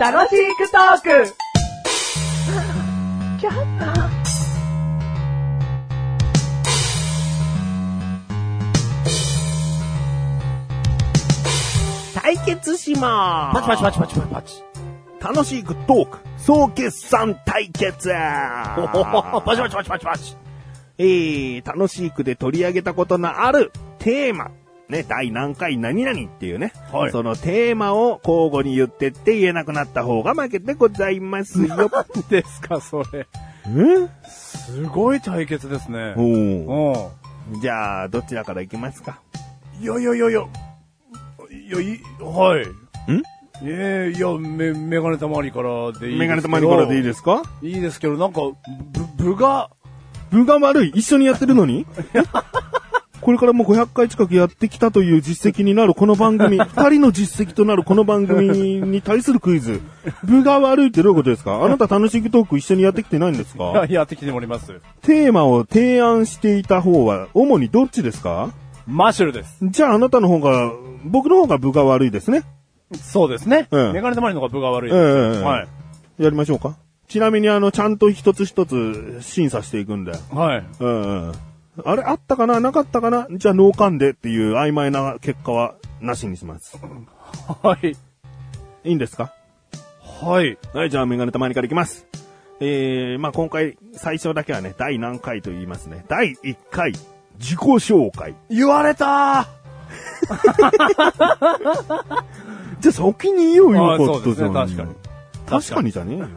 楽しくトーク対決しまーす。パチパチパチパチパチパチ。楽しいグッドトーク、総決算対決お Ah. ほほほパチパチパチパチパチ。えー、楽しいくで取り上げたことのあるテーマ。ね、第何回何々っていうね。はいそのテーマを交互に言ってって言えなくなった方が負けでございますよ。何 ですか、それ。えすごい対決ですね。おおーじゃあ、どちらから行きますかいやいやいやいや。いや、い、はい。んええいや、め、メガネたまりからでいいですけど。メガネたまにからでいいですかいいですけど、なんか、ぶ、部が、分が悪い一緒にやってるのにこれからもう500回近くやってきたという実績になるこの番組、二人の実績となるこの番組に対するクイズ。部が悪いってどういうことですかあなた楽しいトーク一緒にやってきてないんですか やってきております。テーマを提案していた方は主にどっちですかマッシュルです。じゃああなたの方が、僕の方が部が悪いですね。そうですね。うんメガネたまりの方が部が悪いです。ええはい。やりましょうか。ちなみにあの、ちゃんと一つ一つ審査していくんで。はい。うんうん。あれあったかななかったかなじゃあ脳幹でっていう曖昧な結果はなしにします。はい。いいんですかはい。はい、じゃあメガネたまにからいきます。えー、まあ今回、最初だけはね、第何回と言いますね。第1回、自己紹介。言われた じゃあ先に言おうよ、あーこそとうですね確かに。確かにじゃねえよ。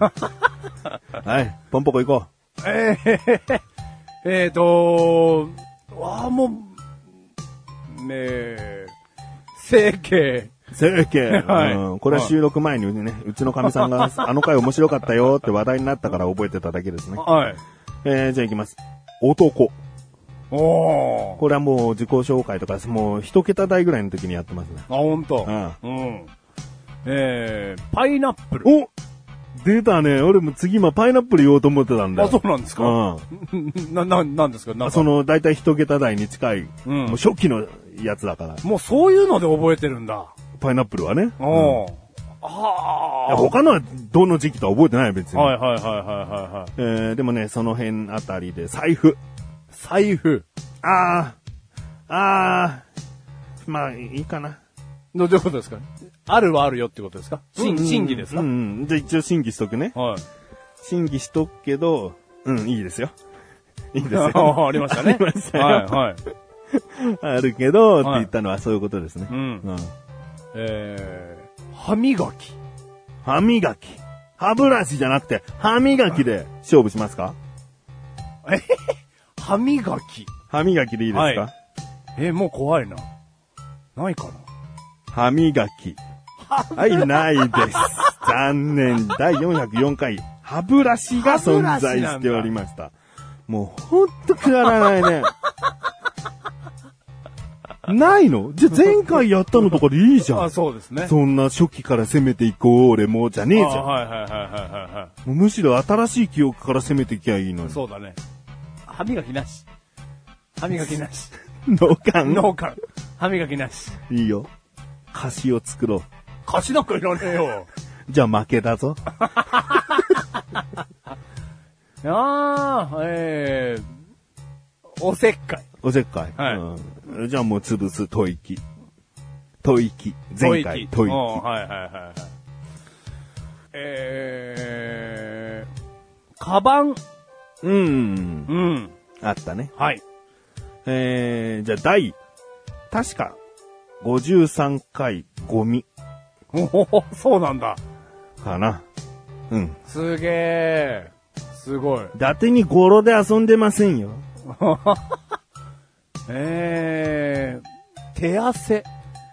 はい、ポンポコ行こーえええーとああ、もう、ねえ、整形。う。整形。 はいうんこれは収録前にね、うちの神さん が、あの回面白かったよって話題になったから覚えてただけですね。はい。えー、じゃあ行きます。男。おー。これはもう自己紹介とか、もう一桁台ぐらいの時にやってますね。あ、ほんと。ううん。えー、パイナップル。お出たね。俺も次今パイナップル言おうと思ってたんだよ。あ、そうなんですかうん。 な、な、なんですかなんかその、だいたい一桁台に近い、うんもう初期のやつだから、もうそういうので覚えてるんだ。パイナップルはね。おいー。やあ他のはどの時期とは覚えてないよ別ー。に。はいはいはいはいはい。えー、でもね、その辺あたりで、財布。財布。あー、あー、まあ、いいかな。の、どういうことですかあるはあるよってことですかう審んうん審議ですか、うんうん。じゃあ一応審議しとくね。はい。審議しとくけど、うん、いい ですよ。いいですよ。 あありました ね。ありましたよはい、はい。あるけど、ってはい言ったのはそういうことですね。うんうんえー、歯磨き。 歯磨き。歯ブラシじゃなくて、歯磨きで勝負しますかえ歯磨き。歯磨きでいいですか、はいえー、もう怖いな。ないかな歯磨き。はい、ないです。残念。第404回、歯ブラシが存在しておりました。もうほんとくだらないね。ないのじゃ、前回やったのとかでいいじゃあ、ん。そうですね。そんな初期から攻めていこう、俺も、じゃねえじゃん。あはいはいはいはいはもうむしろ新しい記憶から攻めていきゃいいのい。に。そうだね。歯磨きなし。歯磨きなし。脳幹ノーカン。歯磨きなし。いいよ。歌詞を作ろう。菓子なんかいらねえよ。じゃあ負けだぞ。 あー、えー、おせっかい。おせっかい。はうん、じゃあもう潰す、吐息。吐息。前回、吐吐息。うん息。はいはいはいはい。えー、カバン。うん。うん。あったね。はい。えー、じゃあ第、確か、53回、ゴミ、おお、そうなんだ。かな。うん。すげえ。すごい。伊達に語呂で遊んでませんよ。えー、手汗。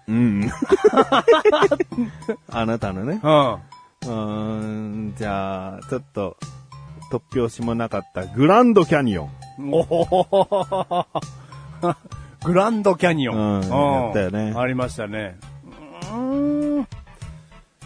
うん。 あなたのね。うん。あうーん、じゃあ、ちょっと、突拍子もなかった、グランドキャニオン。おお グランドキャニオン。うんやったよねありましたね。うーん。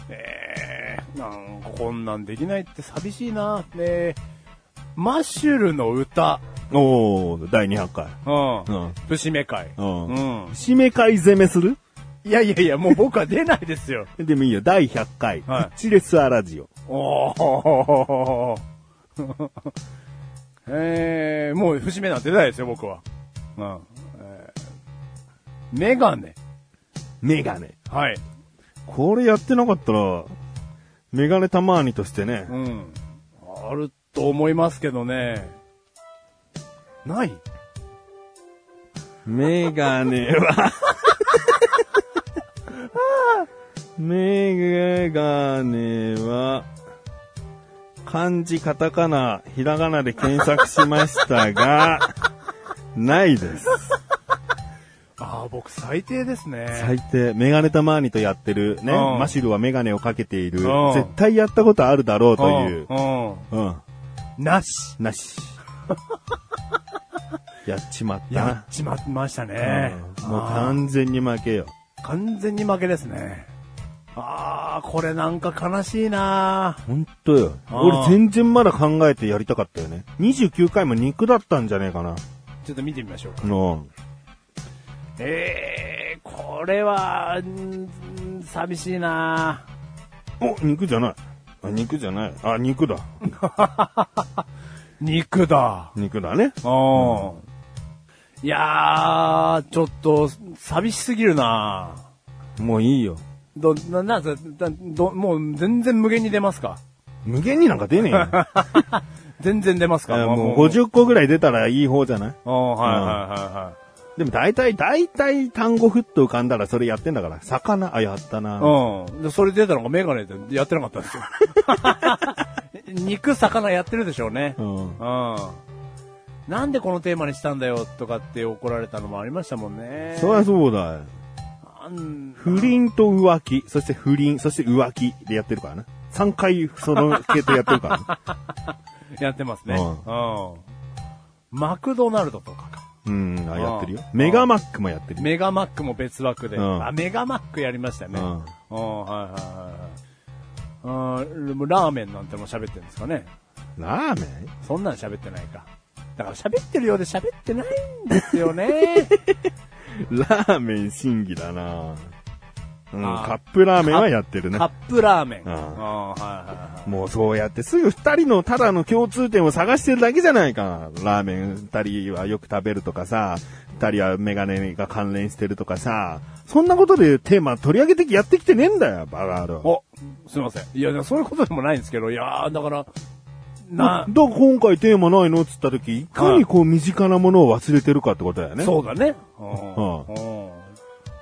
えー、なんかこんなんできないって寂しいな。えー、マッシュルの歌。おー、第200回。うん。うん節目会。うんうん。締め会攻めするいやいやいや、もう僕は出ないですよ。でもいいよ、第100回、はいピッチレスアラジオ。おお。 えー、もう節目なんて出ないですよ、僕は。うん。えーメガネ。メガネ。はい。これやってなかったら、メガネたまーにとしてね、うん。あると思いますけどね。ないメガネは、メガネは、漢字、カタカナ、ひらがなで検索しましたが、ないです。ああ、僕最低ですね。最低、メガネたまーにとやってるね、うんマシルはメガネをかけているうん、絶対やったことあるだろうという、うん。うんうん、なし。なし。 やっちまったやなっ。ちまいましたね。うんもうあ完全に負けよ。ー完全に負けですね。ああ、これなんか悲しいなほんとよ。あー俺全然まだ考えてやりたかったよね。29回も肉だったんじゃねえかな。ちょっと見てみましょうか。の、えー、これは、ん寂しいなお、肉じゃない。あ、肉じゃない。あ、肉だ。肉だ。肉だね。うん。いやー、ちょっと、寂しすぎるなもういいよ。ど、な、な、だだど、もう全然無限に出ますか無限になんか出 ねえよ。全然出ますかあもう五十50個ぐらい出たらいい方じゃないうん、はいはいはいはい。でも大体、大体単語ふっと浮かんだらそれやってんだから。魚、あ、やったな。うん。で、それ出たのがメガネでやってなかったんですよ。 肉、魚やってるでしょうね。ううん。ん。なんでこのテーマにしたんだよとかって怒られたのもありましたもんね。そりゃそうだよ。なん不倫と浮気、そして不倫、そして浮気でやってるからな。3回その系統やってるからね。 やってますね。ううん。マクドナルドとかか。うん、あ、やってるよ。うんメガマックもやってるよ。メガマックも別枠で。うんあ、メガマックやりましたよね。ううんん、はいはいはいはい。うんでもラーメンなんても喋ってるんですかね。ラーメンそんなん喋ってないか。だから喋ってるようで喋ってないんです よね。ラーメン審議だなうん、あーカップラーメンはやってるねカ。ップラーメン。うんあーはいはいはいもうそうやってすぐ二人のただの共通点を探してるだけじゃないか。ラーメン二人はよく食べるとかさ、二人はメガネが関連してるとかさ、そんなことでテーマ取り上げてやってきてねえんだよ、バカ野郎。お、すいません。いや、でもそういうことでもないんですけど、いやーだから、だな、から今回テーマないのっつった時、いかにこう身近なものを忘れてるかってことだよね。そうだね。うんうん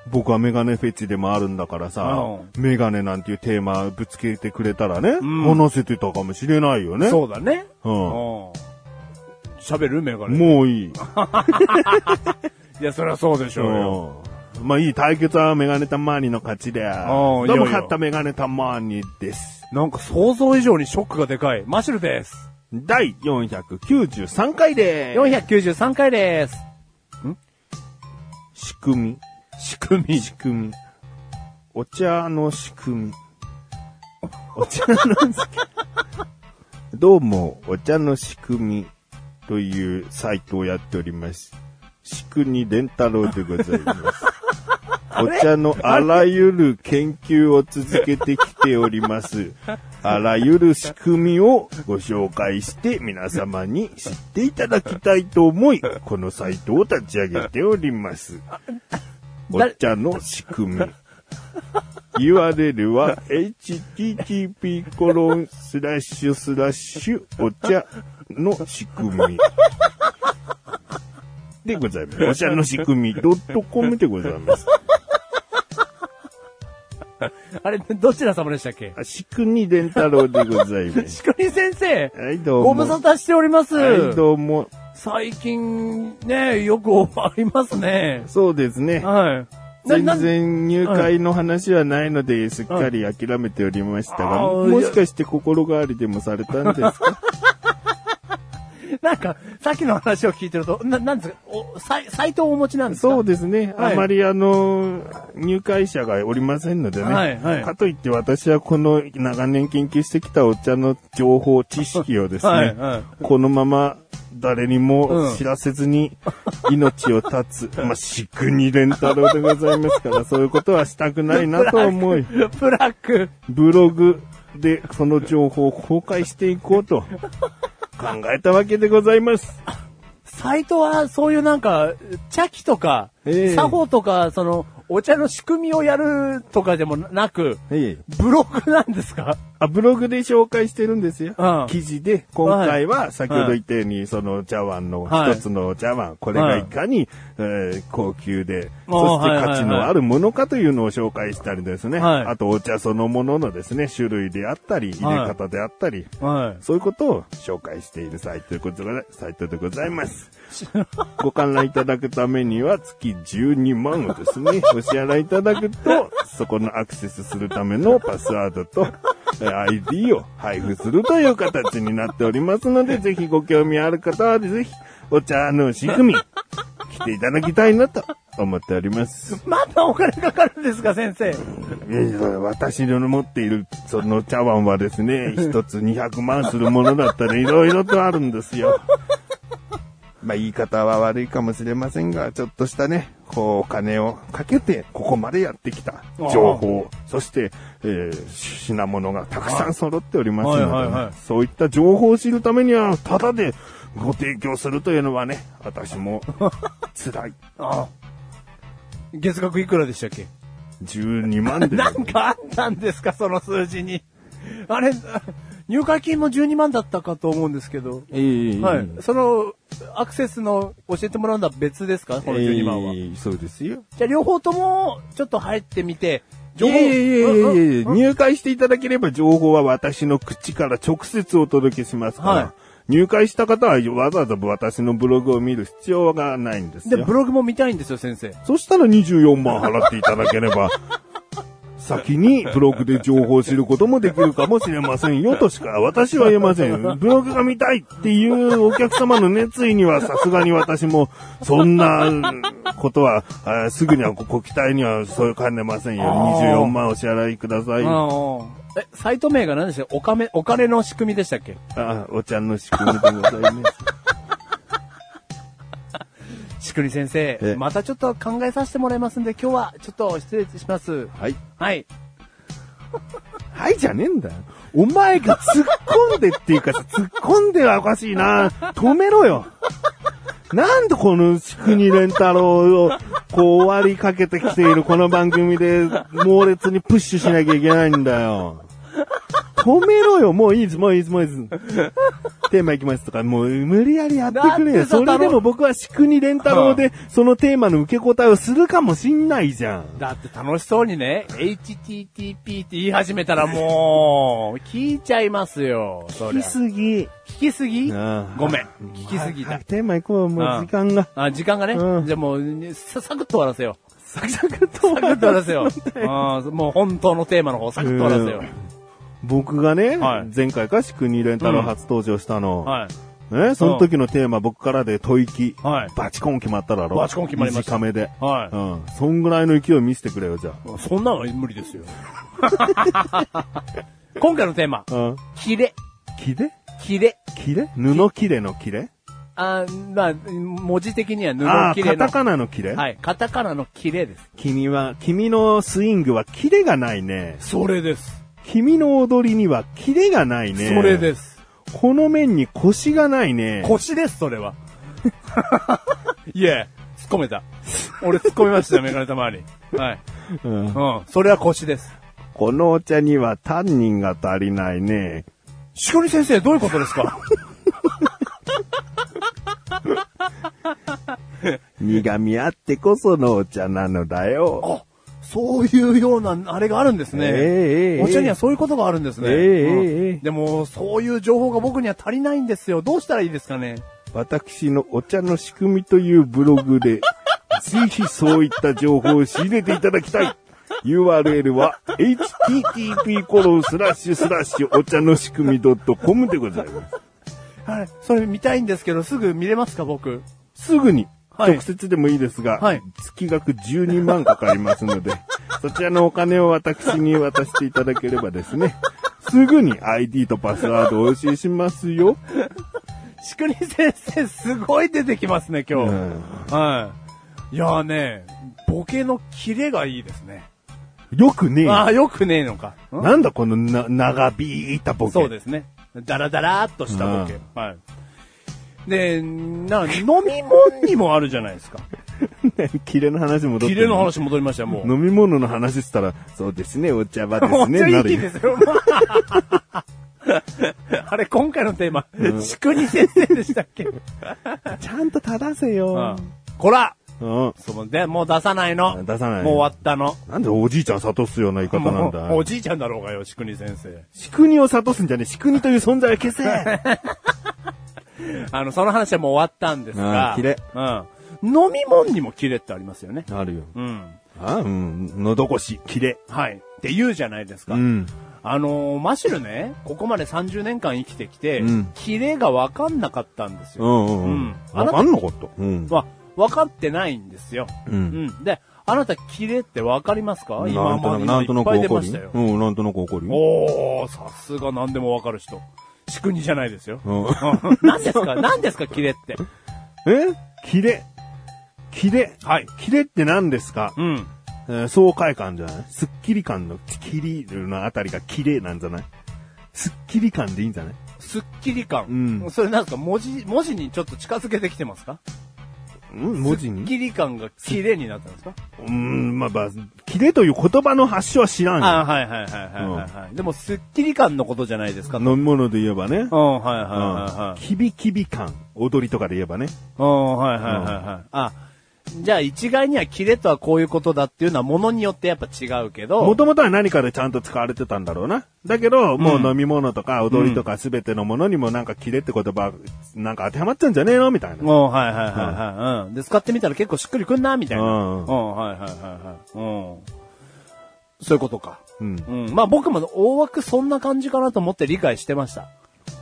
僕はメガネフェチでもあるんだからさ、メガネなんていうテーマぶつけてくれたらね、ん話せてたかもしれないよね。そうだね。うんん喋るメガネ。もういい。いや、そりゃそうでしょうよ。うんまあいい対決はメガネたまーにの勝ちで。どんういいよもいいよ勝ったメガネたまーにです。なんか想像以上にショックがでかい。マシュルです。第493回でーす。 493回です。仕組仕組み。み。仕組み。お茶の仕組み。お茶の仕組み。どうも、お茶の仕組みというサイトをやっております。仕組み伝太郎でございます。お茶のあらゆる研究を続けてきております。あらゆる仕組みをご紹介して皆様に知っていただきたいと思い、このサイトを立ち上げております。お茶の仕組 み。URL は http コロンスラッシュスラッシュお茶の仕組み。でございます。お茶の仕組み .com でございます。あれ、どちら様でしたっけあ仕組み伝太郎でございます。仕組み先生。はい、どうも。ご無沙汰しております。はい、どうも。最近、ね、よくありますね。そうですね。はい。な全な然入会の話はないので、すっかり諦めておりましたが、あーもしかして心変わりでもされたんですかなんか、さっきの話を聞いてると、な、なんですか、お、サイサイトをお持ちなんですかそうですね。はいあまりあの、入会者がおりませんのでね。はいはいかといって私はこの長年研究してきたお茶の情報、知識をですね、はいはいこのまま誰にも知らせずに命を絶 つ、まあ、しくに連太郎でございますから、そういうことはしたくないなと思い、 ブラック。ブログでその情報を公開していこうと考えたわけでございます。サイトはそういうなんか、茶器とか、ええ作法とか、その、お茶の仕組みをやるとかでもなく、ええブログなんですかあブログで紹介してるんですよ。うん記事で、今回は先ほど言ったように、その茶碗のはい一つの茶碗、これがいかに、えー高級で、あーそしてはいはいはい価値のあるものかというのを紹介したりですね、はいあとお茶そのもののですね、種類であったり、入れ方であったり、はい。そういうことを紹介しているサイトでございサイトでございます。ご観覧いただくためには月12万をですね、お支払いいただくと、そこのアクセスするためのパスワードと、えー ID を配布するという形になっておりますので、ぜひご興味ある方は、ぜひお茶の仕組み、来ていただきたいなと思っております。まだお金かかるんですか、先生。いやいや私の持っているその茶碗はです ね、一つ200万するものだったらいろいろとあるんですよ。 まあ言い方は悪いかもしれませんが、ちょっとしたね、こうお金をかけてここまでやってきた情報、そして、えー品物がたくさん揃っておりますので、はいはいはいはいそういった情報を知るためには、ただでご提供するというのはね、私も辛い。あ月額いくらでしたっけ12万 でございまなすんかあったんですか、その数字に。あれ、入会金も12万だったかと思うんですけど。えーはい。その、アクセスの教えてもらうのは別ですかこの12万は。えーそうですよ。じゃあ両方とも、ちょっと入ってみて、いやいやいやいやいや入会していただければ情報は私の口から直接お届けしますから、はい入会した方はわざわざ私のブログを見る必要がないんですで、よブ。ログも見たいんですよ、先生。そしたら24万払っていただければ、 先にブログで情報を知ることもできるかもしれませんよとしか私は言えません。ブログが見たいっていうお客様の熱意にはさすがに私もそんなことは、あーすぐにはごご期待にはそういう感じませんよ。あー24万お支払いください。あえ、サイト名が何でしたっけお金、お金の仕組みでしたっけーお茶の仕組みでございます。しくり先え生、またちょっと考えさせてもらいますんで、今日はちょっと失礼します。はい。はい。はいじゃねえんだよ。お前が突っ込んでっていうかさ、 突っ込んではおかしいな。止めろよ。なんでこの宿国連太郎を、こう終わりかけてきているこの番組で、猛烈にプッシュしなきゃいけないんだよ。止めろよ、もういいです、もういいです、もういいです。テーマいきますとか、もう無理やりやってくれだっよ。てさそれでも僕は宿国連太郎で、そのテーマの受け答えをするかもしんないじゃん。だって楽しそうにね、HTTP って言い始めたらもう、聞いちゃいますよ。そり聞きゃすぎ。聞きすぎああごめん。聞きすぎはたい。テーマ行こう、もう時間が。あ、時間がね。うんじゃあもう、さ、サクッと終わらせよう。サクサクとサクッと終わらせよ う。うん、もう本当のテーマの方、サクッと終わらせよ僕がね、はい前回かしくにレンタル初登場したの、う。はい。ね、その時のテーマ僕からで吐息、はいバチコン決まっただろ。バチコン決まりました短めで。はいうん。そんぐらいの勢い見せてくれよ、じゃそんなの無理ですよ。 今回のテーマあ。、うん。キレ、切れキレ。切れ布切れの切れあーまあ、文字的にはああ、布切れカのタ。カナの切れ、はい、カタカナのキレです。君は、君のスイングは切れがないね。それです。君の踊りには切れがないね。それです。この面に腰がないね。腰です、それは。 いえ、突っ込めた。俺突っ込みましたよ、メガネたまに。はい。うんうん、それは腰です。このお茶にはタンニンが足りないね。しこり先生、どういうことですか苦味あってこそのお茶なのだよ。あ、そういうような、あれがあるんですね。ええええお茶にはそういうことがあるんですね。ええええええうんでも、そういう情報が僕には足りないんですよ。どうしたらいいですかね私のお茶の仕組みというブログで、ぜひそういった情報を仕入れていただきたい。URL は http コロンスラッシュスラッシュお茶の仕組み .com でございます。はい。それ見たいんですけど、すぐ見れますか、僕。すぐに、はい直接でもいいですが、はい月額12万かかりますの で、そちらのお金を私に渡していただければですね、すぐに ID とパスワードをお教えしますよ。しくに先生、すごい出てきますね、今日。うんはい。いやーね、ボケのキレがいいですね。よくねえよああ、よくねえのか。んなんだこのな、長引いたボケ。そうですね。ダラダラーっとしたボケ。うんはい。で、な、飲み物にもあるじゃないですか。ね キレの話戻って。キレの。話戻りましたよ、もう。飲み物の話したら、そうですね、お茶 場でもすうちょね、いないいでる。すよ。 あれ、今回のテーマ、しくに先生でしたっけちゃんと正せうんよ。。こらうん。そので、もう出さないの。出さないもう終わったの。なんでおじいちゃん諭すような言い方なんだもう。おじいちゃんだろうがよ、しくに先生。仕組みを諭すんじゃねえ、仕組みという存在を消せあの、その話はもう終わったんですが。あーキレうん。飲み物にもキレってありますよね。あるよ。うん。あうん、喉越し、キレ。はい。って言うじゃないですか。うん。あのーマシュルね、ここまで30年間生きてきて、うんキレが分かんなかったんですうんよ。うんうん。あわなたかんなかった。うん。まあ、分かってないんですよ。うんうん。で、あなたキレって分かりますかな今んとまなでく、なんといなっぱくい出怒まるしたよよ。。うん、なんとなく怒るよ。おー、さすが何でも分かる人。仕組みじゃないですよ。うん何ですか何ですかキレって。 えキレ。キレ。はい。キレって何ですかうん。えー爽快感じゃないスッキリ感のキリのあたりが綺麗なんじゃないスッキリ感でいいんじゃないすっきり感。うんそれなんですか文字、文字にちょっと近づけてきてますかうん文字すっにきり感がキレになったんですかうん、まあまあ、キレという言葉の発祥は知らんよ。あはいはいはいはいはい、はいでも、スッキリ感のことじゃないですか。うん、飲み物で言えばね。はいはいうんはいはい。キビキビ感。踊りとかで言えばね。うん、はいはいはいはい。あ、じゃあ一概にはキレとはこういうことだっていうのはものによってやっぱ違うけど。もともとは何かでちゃんと使われてたんだろうな。だけど、もう飲み物とか踊りとか全てのものにもなんかキレって言葉、なんか当てはまっちゃうんじゃねえのみたいな。うん、はいはいはいはい。うん。で、使ってみたら結構しっくりくんな、みたいな。うんうん、はいはいはいはい。うん。そういうことか。うん。うん。まあ僕も大枠そんな感じかなと思って理解してました。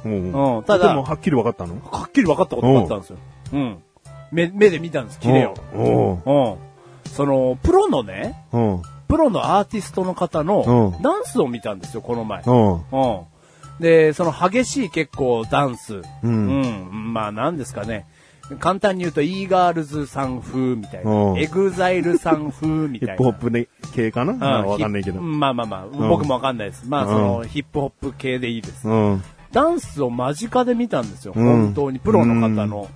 うんうんただでもはっきり分かったのはっきり分かったことがあったんですよ。うん。目、目で見たんです、キレを。おうん。その、プロのね、うおうプロのアーティストの方のうんダンスを見たんですよ、この前。おううん。で、その激しい結構ダンス。うんうんまあなんですかね。簡単に言うと、イーガールズさん風みたいうんな。エグザイルさん風みヒたいな。ップホップね系かなうまあわかんないけど。ヒッうプん。まあまあまあ、ん僕もわかんないです。まあその、うヒップホップ系でいいです。うん。ダンスを間近で見たんですよ。うん本当に、プロの方の。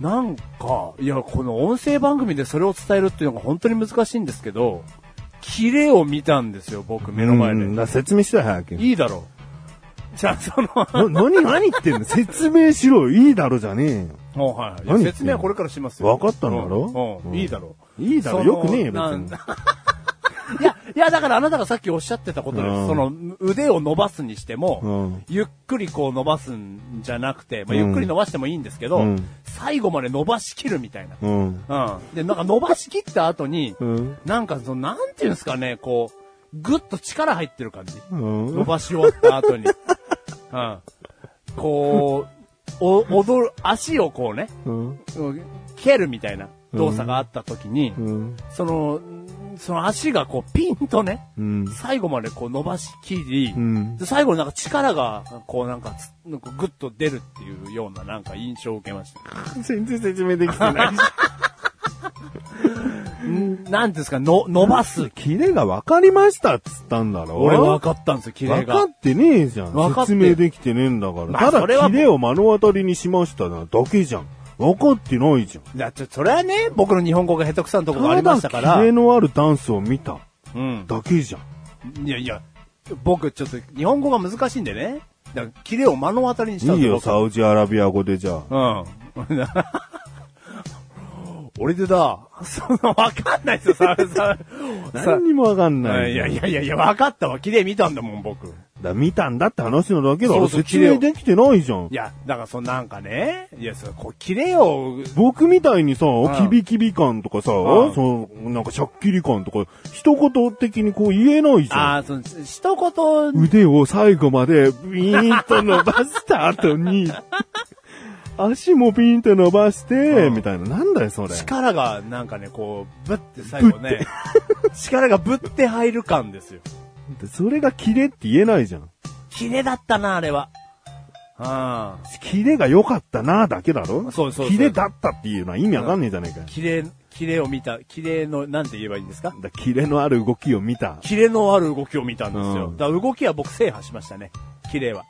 なんか、いや、この音声番組でそれを伝えるっていうのが本当に難しいんですけど、キレを見たんですよ、僕、目の前うんで。だから説明してよ早く。いいだろう。じゃあ、 その、な、何、何言ってん の説明しろよ。いいだろじゃねもうはいいや何言ってんの説明はこれからしますよ。わかったんだろうんうんうん、いいだろう。いいだろそのよくねえよなん別に いや、いや、だからあなたがさっきおっしゃってたことでうんす。その、腕を伸ばすにしても、うんゆっくりこう伸ばすんじゃなくて、まあ、ゆっくり伸ばしてもいいんですけど、うん最後まで伸ばしきるみたいなえ。よ。うん。うん。で、なんか伸ばしきった後に、うんなんかその、なんていうんですかね、こう、ぐっと力入ってる感じ。うん伸ばし終わった後に。 うん。こう、お、踊る、足をこうね、うん。うん蹴るみたいな動作があった時に、うん。その、うんその足がこうピンとね、うん。最後までこう伸ばしきり、うんで最後なんか力がこうなんかつ、なんかグッと出るっていうようななんか印象を受けました。 全然説明できてない。なんていうんですか、の、伸ばす。キレが分かりましたっつったんだろ俺分かったんですよ、キレ分が。かってねえじゃん。分かって説明できてねえんだから。まあたそれはだ、キレを目の当たりにしましたな、だけじゃん。分かってないじゃん。だって、それはね、僕の日本語が下手くさなところがありましたかただらキレ。のあるダンスを見たうん。だけじゃん。いやいや、僕ちょっと日本語が難しいんでね。だから、キレを目の当たりにしたんいいですよ、サウジアラビア語でじゃあ。うん。俺でだ、その、わかんないですよ、さ、さ、さ何、にもわかんない。いやいやいやいや、わかったわ、綺麗見たんだもん、僕。いだ見たんだって話のだけだそろ。うそう説明できてないじゃん。や、だから、そのなんかね、いや、そう、こう、綺麗を、僕みたいにさ、んキビキビ感とかさ、うんそのなんかシャッキリ感とか、一言的にこう言えないじゃん。ああ、その、一言、腕を最後までビーンと伸ばした後 に、足もビーンと伸ばして、うんみたいな。なんだよ、それ。力が、なんかね、こう、ぶって最後ね、力がぶって入る感ですよ。それがキレって言えないじゃん。綺麗だったな、あれは。あキレが良かったなだけだろそうそうそうキレだったっていうのは意味わかんねえじゃねえかよ。キレ、キレを見た、キレの、なんて言えばいいんですかだキレのある動きを見た。キレのある動きを見たんですよ。うんだから動きは僕制覇しましたね。キレは。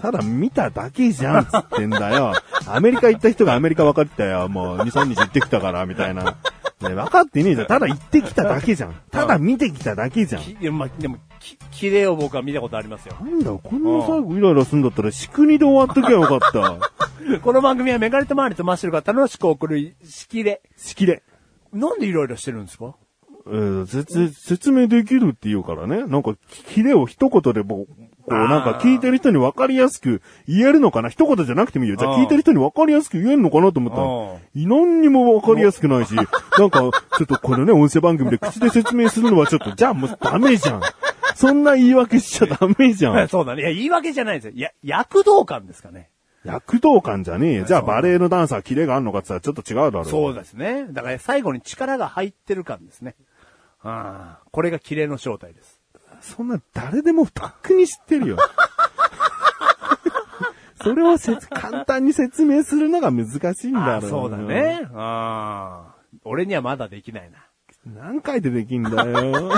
ただ見ただけじゃんっつってんだよ。アメリカ行った人がアメリカ分かったよ。もう2、3日行ってきたから、みたいな。ね分かってねえじゃん。ただ行ってきただけじゃん。ただ見てきただけじゃん。きいやまあ、でも、きキレを僕は見たことありますよ。なんだよ、こんな最後イライラするんだったら、仕組みで終わっときゃよかった。 この番組はメガネとマーネとマッシュルが楽しく送るしきれ。仕切れ。なんでいろいろしてるんですかえー説説明できるって言うからね。なんか、キレを一言でもう、こう、あーなんか聞いてる人に分かりやすく言えるのかな一言じゃなくてもいいよ。じゃあうん聞いてる人に分かりやすく言えるのかなと思ったの。何にも分かりやすくない し、なんか、ちょっとこのね、音声番組で口で説明するのはちょっと、じゃあもうダメじゃん。そんな言い訳しちゃダメじゃん。 そうだね。いや、言い訳じゃないですよ。いや、躍動感ですかね。躍動感じゃねえよ。じゃあバレエのダンサーキレがあんのかって言ったらちょっと違うだろ。そうですね。だから最後に力が入ってる感ですね。ああ、これがキレの正体です。そんな誰でもとっくに知ってるよ。 それをせつ簡単に説明するのが難しいんだあろーそうだ。ね。ああ、俺にはまだできないな。何回でできんだよ。